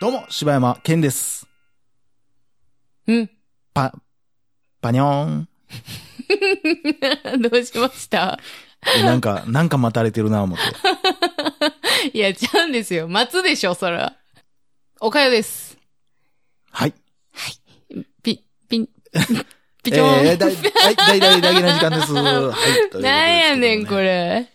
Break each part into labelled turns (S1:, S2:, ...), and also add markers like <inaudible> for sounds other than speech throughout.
S1: どうも、柴山健です。
S2: うん。 <laughs>
S1: パ、パニョーン。
S2: どうしました
S1: えなん
S2: <laughs>
S1: か、なんか待たれてるな、思って。
S2: いや、ちゃうんですよ。待つでしょ、そら。おかよです。
S1: はい。
S2: ピ、ピ
S1: <laughs>
S2: ン、ピ
S1: え
S2: チョン。
S1: ー、だい、はい、だいだいだけな時間
S2: <laughs>
S1: です。はい。ということですけどね
S2: なんやねん、こ。れ。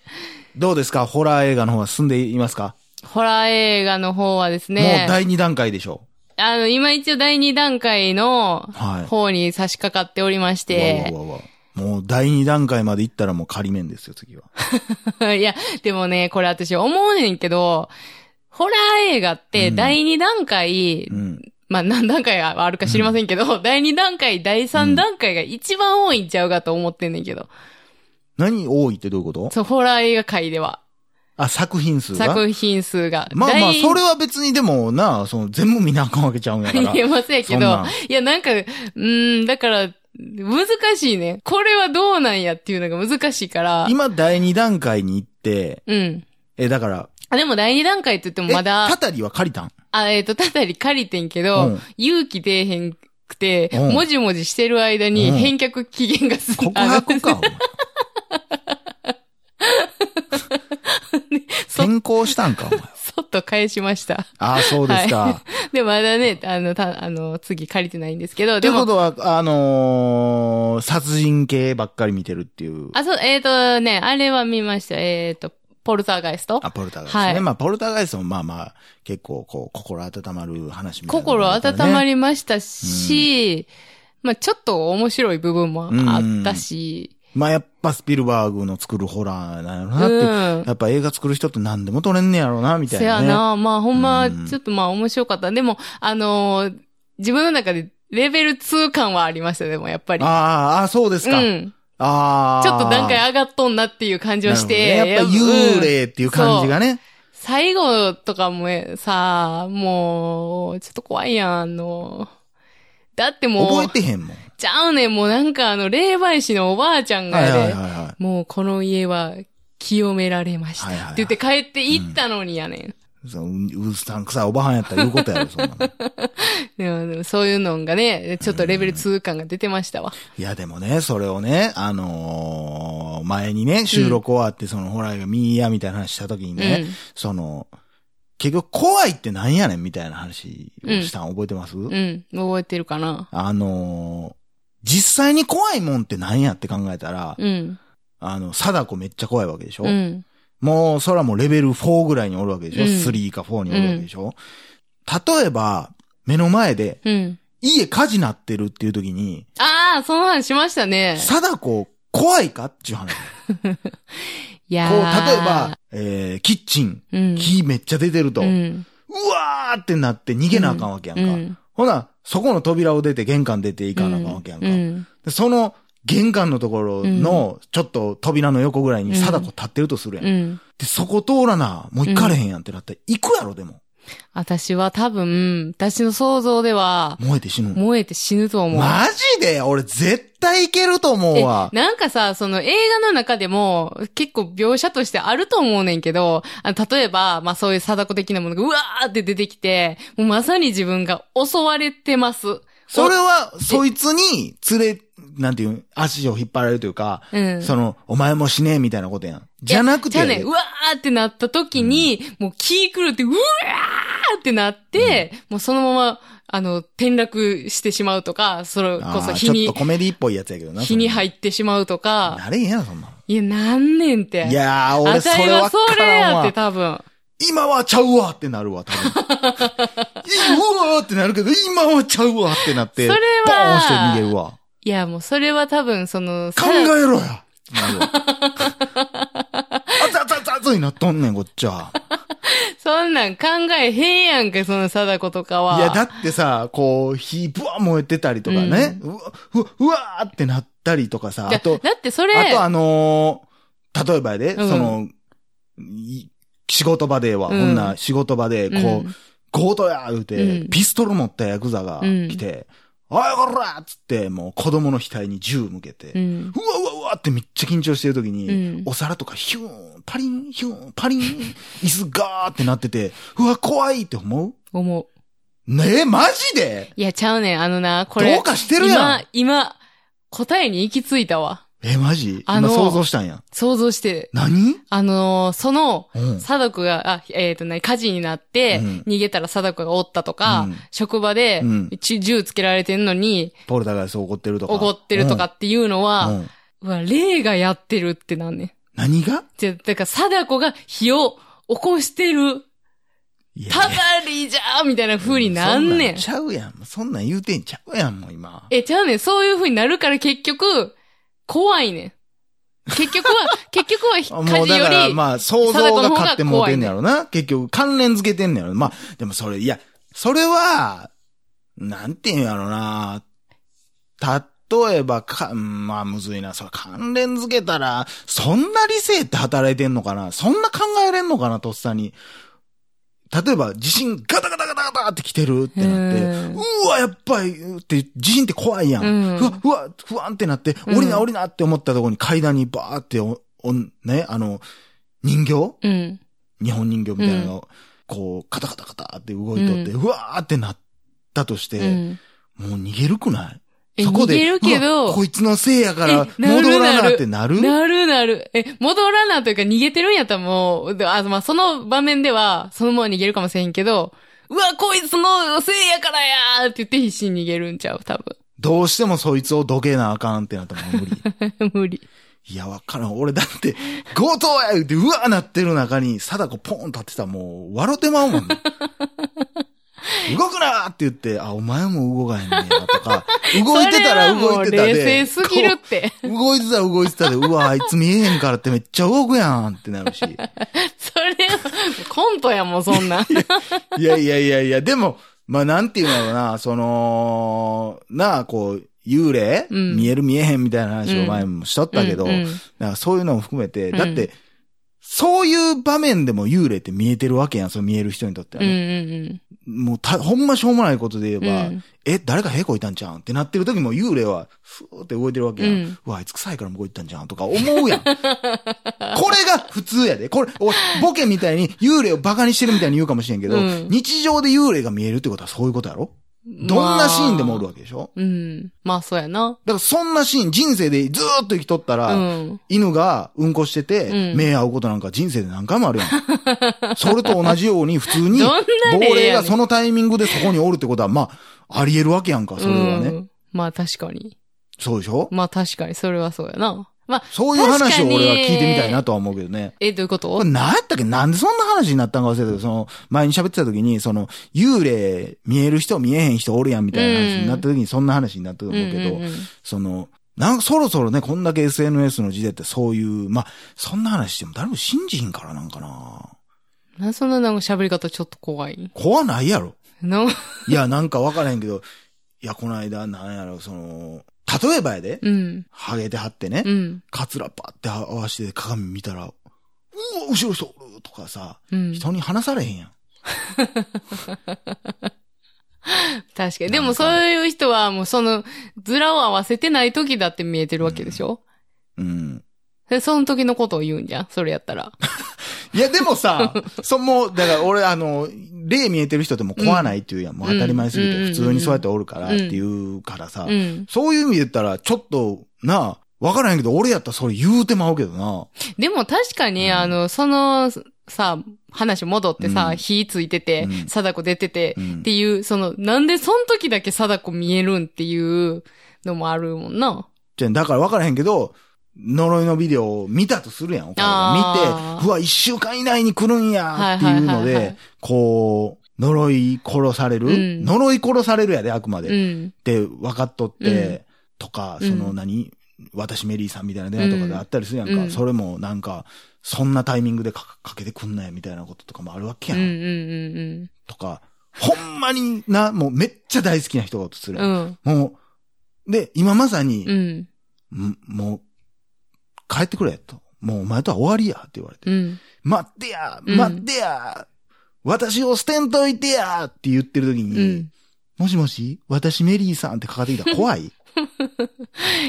S1: どうですかホラー映画の方は進んでいますか、
S2: ホラー映画の方はです
S1: も
S2: ね
S1: う、第2段階でしょ
S2: あの、今一応第2段階の
S1: はい
S2: 方に差し掛かっておりまし
S1: う。
S2: て
S1: わ、わわわもう第2段階まで行ったらもう仮面ですよ、次は。
S2: <laughs> いや、でもね、これ私思うねんけど、ホラー映画って
S1: うん
S2: 第2段階、
S1: うん。
S2: まあ何段階あるか知りませんけど、第2段階、第3段階が一番多いんちゃうかと思ってんねんけど。
S1: 何多いってどういうこと
S2: そう、ホラー映画界では。
S1: あ、作品数が
S2: 作品数が。
S1: まあまあ、
S2: 第
S1: それは別にでもな、その全部見なあかんわけちゃうんやから。
S2: <laughs> いや、ませんけ
S1: そんなん。
S2: どいや、なんか、うーん、だから、難しいね。これはどうなんやっていうのが難しいから。
S1: 今第2段階に行って、
S2: うん。
S1: え、だから、
S2: あ、でも第2段階って言ってもま
S1: え
S2: だ
S1: た、たりは借りたん
S2: あ、えっ、と、たたり借りてんけど、
S1: うん
S2: 勇気出えへんくて、
S1: うん
S2: もじもじしてる間に
S1: うん
S2: 返却期限がす、
S1: 告
S2: あ
S1: 白か、お前。
S2: そ
S1: 転校したんか、お前。
S2: <laughs> そっと返しました。
S1: ああ、そうですか。
S2: で、まだね、あの、た、あの、次借りてないんですけど、
S1: <laughs> とい
S2: で
S1: うこ
S2: も、
S1: とは、あのー殺人系ばっかり見てるっていう。
S2: あ、そう、えっ、とね、あれは見ました。えっ、と、ポルターガイスト
S1: あ、ポルターガイストね。
S2: はい
S1: まあ、ポルターガイストもまあまあ、結構、こう、心温まる話みたいなの
S2: 心
S1: があるからね、
S2: 温まりましたし、まあちょっと面白い部分もあったし、
S1: まあ、やっぱスピルバーグの作るホラーなの
S2: う
S1: なって、
S2: ん。
S1: やっぱ映画作る人って何でも撮れんねやろうな、みたい
S2: せや
S1: なね。
S2: な、まあほんま、
S1: うん
S2: ちょっとまあ面白かった。でも、あのー自分の中でレベル2感はありました、でもやっぱり。
S1: あーあー、そうです
S2: う
S1: か。
S2: ん。
S1: ああ。
S2: ちょっと段階上がっとんなっていう感じはして。
S1: なるほどねやっぱ幽霊っていう感じがね。
S2: 最後とかもさ、もう、ちょっと怖いやん、あの。だっても
S1: 覚え
S2: う、
S1: てへんもん。
S2: ちゃうねん、もうなんかあの、霊媒師のおばあちゃんが
S1: はい
S2: や
S1: はいはい
S2: で、
S1: はい。
S2: もうこの家は清められました。
S1: はいはいはい
S2: って言って帰って行ったのにやねん。
S1: そのううさんくさいおばはんやったら言う
S2: <laughs>
S1: ことやろ、そんなの。
S2: でもでもそういうのがね、ちょっとレベル2感が出てましたわ。
S1: いや、でもね、それをね、あのー前にね、収録終わって、その、ホラーが見いや、みたいな話した時にね、
S2: うん
S1: その、結局、怖いってなんやねん、みたいな話をしたん覚えてます、
S2: うん。覚えてるかな
S1: あのー実際に怖いもんってなんやって考えたら、
S2: うん。
S1: あの、貞子めっちゃ怖いわけでしょ、
S2: うん。
S1: もう、それはもうレベル4ぐらいにおるわけでしょ、
S2: うん
S1: ?3 か4におるわけでしょ、例えば、目の前で、
S2: うん。
S1: 家火事なってるっていう時に、
S2: ああ、その話しましたね。
S1: 貞子怖いかっていう話。こ
S2: いや
S1: う、
S2: ー
S1: 例えば、、えー、キッチン、
S2: うん。
S1: 火めっちゃ出てると、
S2: う。
S1: うんわーってなって逃げなあかんわけやんか。
S2: うん。
S1: ほな、そこの扉を出て玄関出て行かなあかんわけやんか。でその玄関のところの、ちょっと扉の横ぐらいに貞子立ってるとするやん。
S2: うん。
S1: で、そこ通らな、もう行かれへんやんってなったら、行くやろ、でも。
S2: 私は多分、私の想像では、
S1: 燃えて死ぬ。
S2: 燃えて死ぬと思う。
S1: マジで俺絶対行けると思うわ
S2: え。なんかさ、その映画の中でも結構描写としてあると思うねんけど、あの例えば、まあそういう貞子的なものがうわーって出てきて、もうまさに自分が襲われてます。
S1: それは、そいつに連れ、なんていうん、足を引っ張られるというか、
S2: うん
S1: その、お前も死ねえみたいなことやん。じゃなくて、
S2: いやじゃあね、うわーってなった時に、もう気狂って、うわーってなって、もうそのまま、あの、転落してしまうとか、それ
S1: あ
S2: こそ
S1: ー
S2: 火
S1: ちょっ
S2: に
S1: と、コメディっぽいやつやけどな。
S2: 火に
S1: っ
S2: 入ってしまうとか、
S1: なれへんやろ、そんなの。
S2: いや、なんねんって。
S1: いやー、
S2: あ
S1: 俺そ
S2: たい
S1: れ
S2: は
S1: は
S2: そ
S1: 分か
S2: れ
S1: らん
S2: やって
S1: わ。
S2: 多分。
S1: 今はちゃうわってなるわ、多
S2: <laughs>
S1: 分。うわーってなるけど、今はちゃうわってなって、
S2: それは
S1: ボーンして逃げるわ。
S2: いや、もうそれは多分、その、
S1: 考えろやなる
S2: <laughs>
S1: わ。あざざざざになっとんねん、こっちは。
S2: そんなん考えへんやんか、その貞子とかは。
S1: いや、だってさ、こう、火、ぶわ燃えてたりとかね、うわ、うわ、うわーってなったりとかさ、
S2: いや
S1: あと、
S2: だってそれ、
S1: あとあのー例えばやで、
S2: うん
S1: その、い仕事場では、
S2: うん
S1: こんな仕事場で、こう、
S2: うん
S1: 強盗や言うて、
S2: うん
S1: ピストル持ったヤクザが来て、おいこらっつって、もう子供の額に銃向けて、
S2: う。
S1: うんわうわうわってめっちゃ緊張してる時に、
S2: うん
S1: お皿とかヒューン、パリン、ヒューン、パリン、椅子ガーってなってて、うわ、怖いって思う
S2: 思
S1: ねえ、マジで
S2: いや、ちゃうねん。あのな、これ。
S1: どうかしてるやん
S2: 今、今、答えに行き着いたわ。
S1: え、マジ
S2: あの
S1: 今想像したんや。
S2: 想像して。
S1: 何
S2: あのーその、
S1: うん。
S2: 貞子が、あ、えっ、とね、火事になって、
S1: うん
S2: 逃げたら貞子がおったとか、
S1: うん
S2: 職場で、
S1: うん
S2: ち銃つけられてんのに、
S1: ポルターガイス怒ってるとか。
S2: 怒ってるとかっていうの
S1: うん。
S2: は、
S1: うん
S2: うわ、霊がやってるってなんねん。
S1: 何が
S2: じゃ、だから、貞子が火を起こしてる、
S1: いや
S2: ただりじゃーみたいな風にな
S1: そ
S2: んねん。
S1: んなんちゃうやん。そんなん言うてんちゃうやん、もう今。
S2: え、ちゃうねん。そういう風になるから結局、怖いねん。結局は、 <laughs> 結局は
S1: あ
S2: 火
S1: もう
S2: 事
S1: だ
S2: よ
S1: から、
S2: り、
S1: まあ、想像が勝ってもうてんねやろな。結局、関連付けてんねやろ。まあ、でもそれ、いや、それは、なんていうんやろな。例えば、か、うんまあ、むずいな。それ関連付けたら、そんな理性って働いてんのかなそんな考えれんのかな、とっさに。例えば、地震ガタガタガタガタって来てるってなって、
S2: うん
S1: うわ、やっぱり、って、地震って怖いやん。
S2: うん
S1: ふわ、ふわ、不安ってなって、
S2: うん
S1: 降りな降りなって思ったところに階段にバーってお、おん、ね、あの、人形
S2: うん。
S1: 日本人形みたいなの、こう、カタカタカタって動いとって、うわーってなったとして、
S2: うん。
S1: もう逃げるくない
S2: え、
S1: そこ
S2: 逃
S1: で、
S2: げるけ
S1: うわ
S2: ど
S1: こ、いつのせいやから、
S2: えなる
S1: 戻ら
S2: な
S1: な
S2: る
S1: ってなる
S2: なるなる。え、戻らなというか逃げてるんやったらもう、であまあ、その場面では、そのまま逃げるかもしれんけど、うわ、こいつのせいやからやーって言って必死に逃げるんちゃう多
S1: どうしてもそいつをどけなあかんってなったらもう無理。
S2: 分。 <laughs> 無理。
S1: いや、わからん。俺だって、 <laughs> 強盗や言うて、うわーなってる中に、貞子ポーン立ってたらもう、笑うてまう
S2: <laughs>
S1: もん、ね。動くなーって言って、あ、お前も動かへんねや、とか、動いてたら動いてた
S2: <laughs> それはもう冷
S1: で、
S2: 静すぎるって。
S1: こう動いてたら動いてたで、うわ、あいつ見えへんからってめっちゃ動くやんってなる
S2: <laughs>
S1: し。
S2: <laughs> それ、コントやもん、そんなん。
S1: いやいやいやいや、でも、まあなんていうのかな、その、なあ、こう、幽霊、
S2: うん
S1: 見える見えへんみたいな話を前もしとったけど、
S2: うんうん
S1: なんかそういうのも含めて、
S2: うん
S1: だって、そういう場面でも幽霊って見えてるわけやん、その見える人にとっては
S2: うん
S1: ね。
S2: うん
S1: もうた、ほんましょうもないことで言
S2: うん。う
S1: えば、
S2: ん
S1: え、誰か屁こいたんじゃうんってなってる時も幽霊は、ふーって動いてるわけやん。
S2: う
S1: うんわ、あいつ臭いから向こう行ったんじゃうんとか思うやん。これが普通やで。これ、おボケみたいに幽霊をバカにしてるみたいに言うかもしれんけど、
S2: うん
S1: 日常で幽霊が見えるってことはそういうことやろどんなシーンでもおるわけでしょ
S2: うん。まあ、そうやな。
S1: だからそんなシーン、人生でずーっと生きとったら、
S2: うん。
S1: 犬がうんこしてて、
S2: うん
S1: 目合うことなんか人生で何回もあるやん。 <laughs> それと同じように普通に、
S2: どんな
S1: 亡
S2: 例やねん
S1: 霊がそのタイミングでそこにおるってことは、まあ、あり得るわけやんか、それはね。
S2: うん。まあ、確かに。
S1: そうでしょ
S2: まあ、確かに、それはそうやな。まあ、
S1: そういう話を俺は
S2: 確かに
S1: 聞いてみたいなとは思うけどね。
S2: え、どういうこと
S1: これ何やったっけなんでそんな話になったんか忘れたけど、その、前に喋ってた時に、その、幽霊、見える人、見えへん人おるやんみたいな話になった時に、そんな話になったと思うけど、
S2: うんうんうん
S1: その、なんかそろそろね、こんだけ SNS の時代ってそういう、まあ、そんな話しても誰も信じひんからなんかな。
S2: なんでそんななんか喋り方ちょっと怖い
S1: 怖ないやろ。
S2: の
S1: いや、なんかわからへんけど、いや、この間、なんやろ、その、例えばやで、
S2: うん。
S1: ハゲてはってね
S2: う、ん。
S1: カツラパって合わせて鏡見たら、うわ、後ろ人おるとかさ、
S2: うん。
S1: 人に話されへんやん。
S2: 確かに。
S1: な
S2: で
S1: んか
S2: もそういう人はもうその、ズラを合わせてない時だって見えてるわけでしょ、
S1: うん。
S2: で、その時のことを言うんじゃんそれやったら。
S1: いや、でもさ、そもう、だから俺、あの、霊見えてる人ってもう怖ないっていうやん。もう当たり前すぎて、
S2: う
S1: 普
S2: ん
S1: 通にそうやっておるからっていうからさ、
S2: うん。
S1: そういう意味で言ったら、ちょっと、なあ、わからへんけど、俺やったらそれ言うてまうけどな。
S2: でも確かに、
S1: うん
S2: あの、その、さ、話戻ってさ、
S1: うん
S2: 火ついてて
S1: う、ん
S2: 貞子出てて、
S1: うん
S2: っていう、その、なんでその時だけ貞子見えるんっていうのもあるもんな。
S1: じゃあだから分からへんけど、呪いのビデオを見たとするやん、お母さんが
S2: あー
S1: 見て、うわ、一週間以内に来るんや、っていうの
S2: はいはいはいは
S1: で
S2: い、
S1: こう、呪い殺される、
S2: うん
S1: 呪い殺されるやで、あくまで。
S2: う
S1: っ
S2: ん。
S1: て分かっとって、
S2: うん
S1: とか、
S2: うん
S1: その何、私メリーさんみたいな電話とかであったりするやんか。
S2: うん
S1: それもなんか、そんなタイミングでかかけてくんないみたいなこととかもあるわけ
S2: うんう
S1: や
S2: ん
S1: ん。
S2: うん
S1: とか、ほんまにな、もうめっちゃ大好きな人がおるとする
S2: う
S1: やん、
S2: ん。
S1: もう、で、今まさに
S2: うん。う、ん。
S1: んもう、帰ってくれ、と。もうお前とは終わりや、って言われて。
S2: うん。
S1: 待ってや、
S2: うん
S1: 待ってや、私を捨てんといてや、って言ってる時に、
S2: うん。
S1: もしもし、私メリーさんってかかってきたら怖
S2: <laughs>
S1: い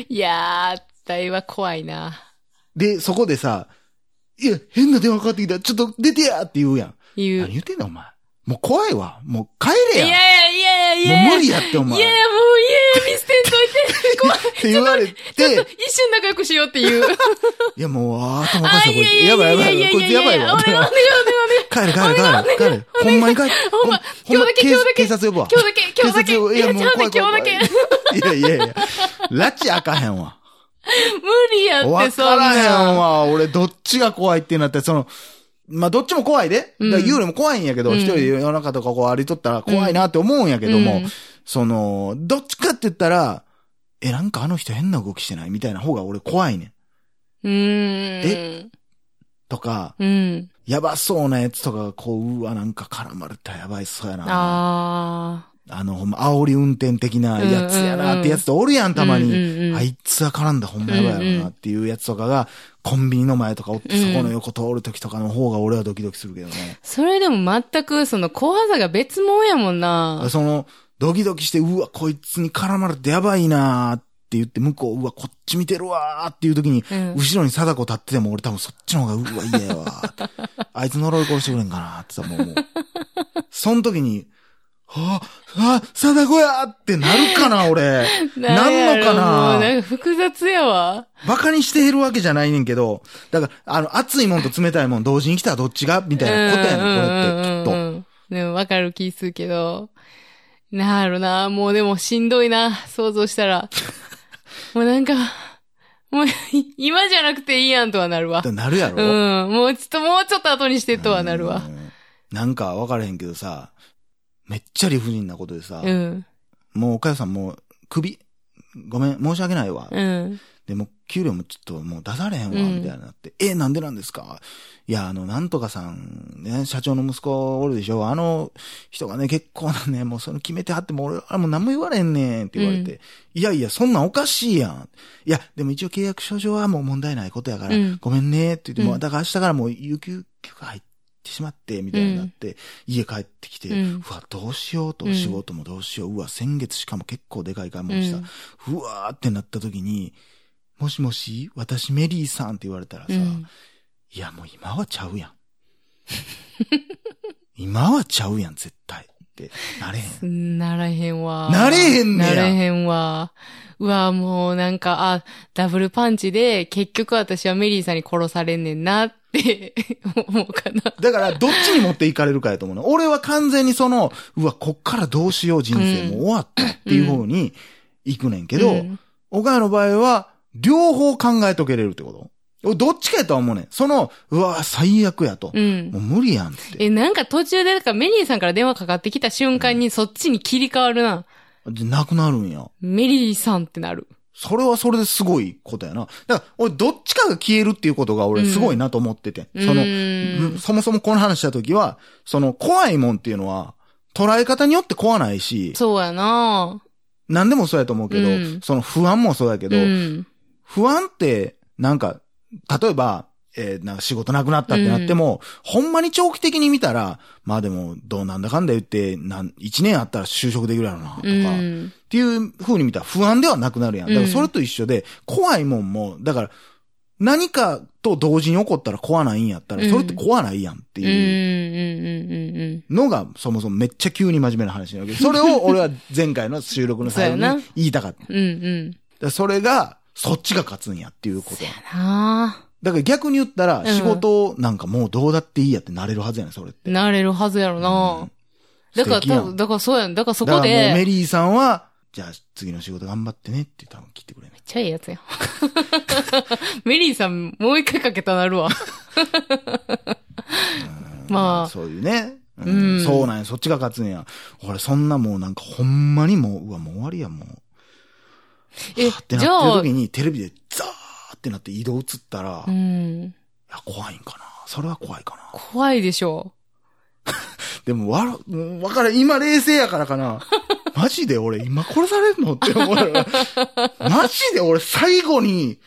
S2: いやー、大は怖いな。
S1: で、そこでさ、いや、変な電話かかってきた、ちょっと出てやって言うやん。
S2: 言
S1: 何
S2: う。
S1: 言ってんだお前。もう怖いわ。もう帰れ
S2: いやい
S1: や。
S2: やいやいや
S1: もう無理やってお前
S2: いやいやもういやいや見捨てんといて。 <laughs> 怖い。
S1: って言われて、
S2: 一瞬仲良くしようっていう。
S1: いやもう、あー頭おか
S2: あ、
S1: しい、
S2: い
S1: こ
S2: や
S1: れ
S2: い。
S1: や
S2: やいや
S1: ばいや
S2: い
S1: ば
S2: や
S1: い
S2: い
S1: や
S2: や
S1: ばい。こいつ
S2: いやい
S1: やばい
S2: や
S1: わ。
S2: お願いお願いお願いお願い
S1: 帰れ帰れ帰れ帰れ。ほんまに帰れ。ほんま、ほんま警
S2: 今日だけ
S1: 警察呼ぶわ。
S2: 今日だけ今日だ
S1: 警
S2: け
S1: 察呼ぶいやもう怖い
S2: ちゃう
S1: 怖
S2: ね
S1: い怖い。いやいやいや。拉致開かへん
S2: <laughs>
S1: わ。
S2: 無理やっ
S1: わ
S2: て、そ
S1: か
S2: ん
S1: らへん
S2: な。
S1: わ。俺、どっちが怖いってなって、その、まあ、どっちも怖いで。だから幽霊も怖いんやけど、
S2: うん
S1: 一人で夜中とかこう歩いとったら怖いなって思うんやけども、
S2: うん
S1: その、どっちかって言ったら、え、なんかあの人変な動きしてないみたいな方が俺怖いねん。
S2: うーん。
S1: とか、
S2: うん。
S1: やばそうなやつとかがこう、うわ、なんか絡まれたらやばいそうやな。あ
S2: あ
S1: の、ほんま、煽り運転的なやつやなってやつとおるやん、
S2: あ。
S1: たまに。
S2: うんうんうん
S1: あいつは絡んだほんまやばいやろなっていうやつとかが、コンビニの前とかおって、そこの横通る時とかの方が俺はドキドキするけどね。
S2: それでも全く、その、怖さが別もんやもんな。
S1: その、ドキドキして、うわ、こいつに絡まれてやばいなーって言って、向こう、うわ、こっち見てるわーっていう時に、
S2: うん
S1: 後ろに貞子立ってても俺多分そっちの方が、うわ、嫌やわ <laughs> ーって。あいつ呪い殺してくれんかなーってさ、もう、もう。その時に、はあ、あ、貞子やーってなるかな、俺。 <laughs> なんのか
S2: もう
S1: な
S2: なんか複雑やわ。
S1: バカにしてるわけじゃないねんけど、だから、あの、熱いもんと冷たいもん同時に来たらどっちがみたいなことやねん、これって、きっと。
S2: っと。でもわかる気するけど。なるな。もうでもしんどいな。想像し
S1: <laughs>
S2: たら。もうなんか、もうい今じゃなくていいやんとはなるわ
S1: だか。らなるやろ
S2: うん。もうちょっと、もうちょっと後にしてとはなるわ
S1: う。ん。なんか分からへんけどさ、めっちゃ理不尽なことでさ、
S2: うん。
S1: もうお母さんもう首、ごめん、申し訳ないわ。
S2: うん。
S1: でも給料もちょっともう出されへんわ、
S2: うん
S1: みたいになって、え、なんでなんですかいや、あの、なんとかさん、ね、社長の息子おるでしょあの人がね、結構なね、もうその決めてはっても俺、あれもう何も言われへんねんって言われて、いやいや、そんなんおかしいやん。いや、でも一応契約書上はもう問題ないことやから、
S2: うん
S1: ごめんねって言って、も
S2: う
S1: うんだから明日からもう有給休暇入って、しまって、みたいになって、家帰ってきて、う
S2: うん
S1: わ、どうしようと、
S2: うん
S1: 仕事もどうしよう、うわ、先月しかも結構でかい買い物した、ふわーってなった時に、もしもし、私メリーさんって言われたらさ、
S2: うん
S1: いやもう今はちゃうやん。 <laughs> 今はちゃうやん、絶対。って、なれへん。
S2: ならへんわ。
S1: なれへんねや
S2: なれへんわ。うわ、もうなんか、あ、ダブルパンチで、結局私はメリーさんに殺されんねんなって <laughs> 思うかな。
S1: だから、どっちに持っていかれるかやと思うの。俺は完全にその、うわ、こっからどうしよう、人生もう終わったっていう方に行くねんけど、
S2: うん
S1: 岡谷の場合は、両方考えとけれるってこと俺どっちかやとは思うねん。その、うわ、最悪やと。
S2: うん
S1: もう。無理やんって。
S2: え、なんか途中で、だからメリーさんから電話かかってきた瞬間にそっちに切り替わるな。
S1: でなくなるんや。
S2: メリーさんってなる。
S1: それはそれですごいことやな。だから、俺、どっちかが消えるっていうことが俺すごいなと思ってて。その
S2: う、ーん
S1: そもそもこの話した時は、その、怖いもんっていうのは、捉え方によって怖ないし、
S2: そうやな
S1: 何でもそうやと思うけど、
S2: うん
S1: その不安もそうやけど、
S2: うん。
S1: 不安って、なんか、例えば、えーなんか仕事なくなったってなっても、ほんまに長期的に見たら、まあでも、どうなんだかんだ言って、なん、一年あったら就職できるやろな、とか、
S2: うん。
S1: っていう風に見たら不安ではなくなるやん。だから
S2: うん
S1: それと一緒で、怖いもんも、だから、何かと同時に起こったら怖ないんやったら、
S2: うん
S1: それって怖ないやんって
S2: うん。うん。うん。
S1: いう
S2: うん。
S1: のが、そもそもめっちゃ急に真面目な話になるけど、それを俺は前回の収録の最後
S2: そうや
S1: に
S2: な
S1: 言いたかった。だか
S2: うん。うん。
S1: らそれが、そっちが勝つんやっていうことや。
S2: な
S1: だから逆に言ったら
S2: う、ん
S1: 仕事なんかもうどうだっていいやってなれるはずやねん、それって。
S2: あ。なれるはずやろ
S1: う
S2: なんだから
S1: 素敵や
S2: 多
S1: ん
S2: 分、だからそうやん。だからそ
S1: だ
S2: こ
S1: からもうメ
S2: で、めっ
S1: リーさんは、じゃあ次の仕事頑張ってねって多分聞いてくれない。
S2: ちゃいいやつやん。 <laughs> メリーさん、もう一回かけたなるわ。まあ
S1: <laughs> そういうね。う、
S2: うんん
S1: そうなんや、そっちが勝つんや。俺、そんなもうなんかほんまにもう、うわ、もう終わりや、もう。
S2: え
S1: はぁって、
S2: じ
S1: な
S2: ゃ
S1: っ
S2: あ
S1: てる時にテレビでザーってなって移動映ったら、
S2: う
S1: い
S2: ん。
S1: や、怖いんかな。それは怖いかな。
S2: 怖いでしょ。
S1: でも、わら、うんわからん、今冷静やからか
S2: <laughs>
S1: な。マジで俺今殺されんのって思う。マジで俺最後に、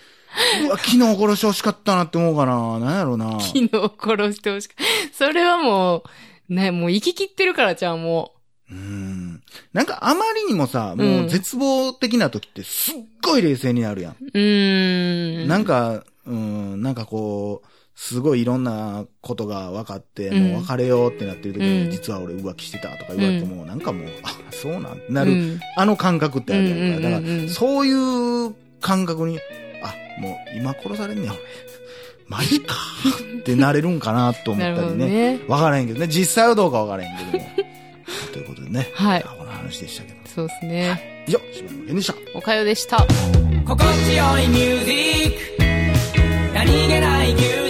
S1: うわ、昨日殺してほしかったなって思うかな。なんやろな。
S2: 昨日殺してほしく。それはもう、ね、もう生き切ってるからじゃん、も
S1: うん。なんかあまりにもさ、もう絶望的な時ってすっごい冷静になるやん。
S2: う。うーん。
S1: なんか、うん、なんかこう、すごいいろんなことが分かって、
S2: うん
S1: もう別れようってなってる時に、
S2: うん
S1: 実は俺浮気してたとか言われても、なんかもう、あ、そうなんな
S2: う
S1: る、
S2: ん
S1: あの感覚ってあるやんか。だ
S2: うんうん
S1: か
S2: うんうん
S1: ら、そういう感覚に、あ、もう今殺されんねや、俺。マジかってなれるんかなと思
S2: な
S1: っ
S2: る
S1: た
S2: ほ
S1: り
S2: ど
S1: ね。
S2: ね。
S1: わからへんけどね。実際はどうかわからへんけども。 <laughs> ということでね。
S2: はい
S1: この話でしたけど。
S2: そうですね。
S1: 以上、柴山健でした。
S2: おかよでした。
S3: 心地よいミュージック何気ない休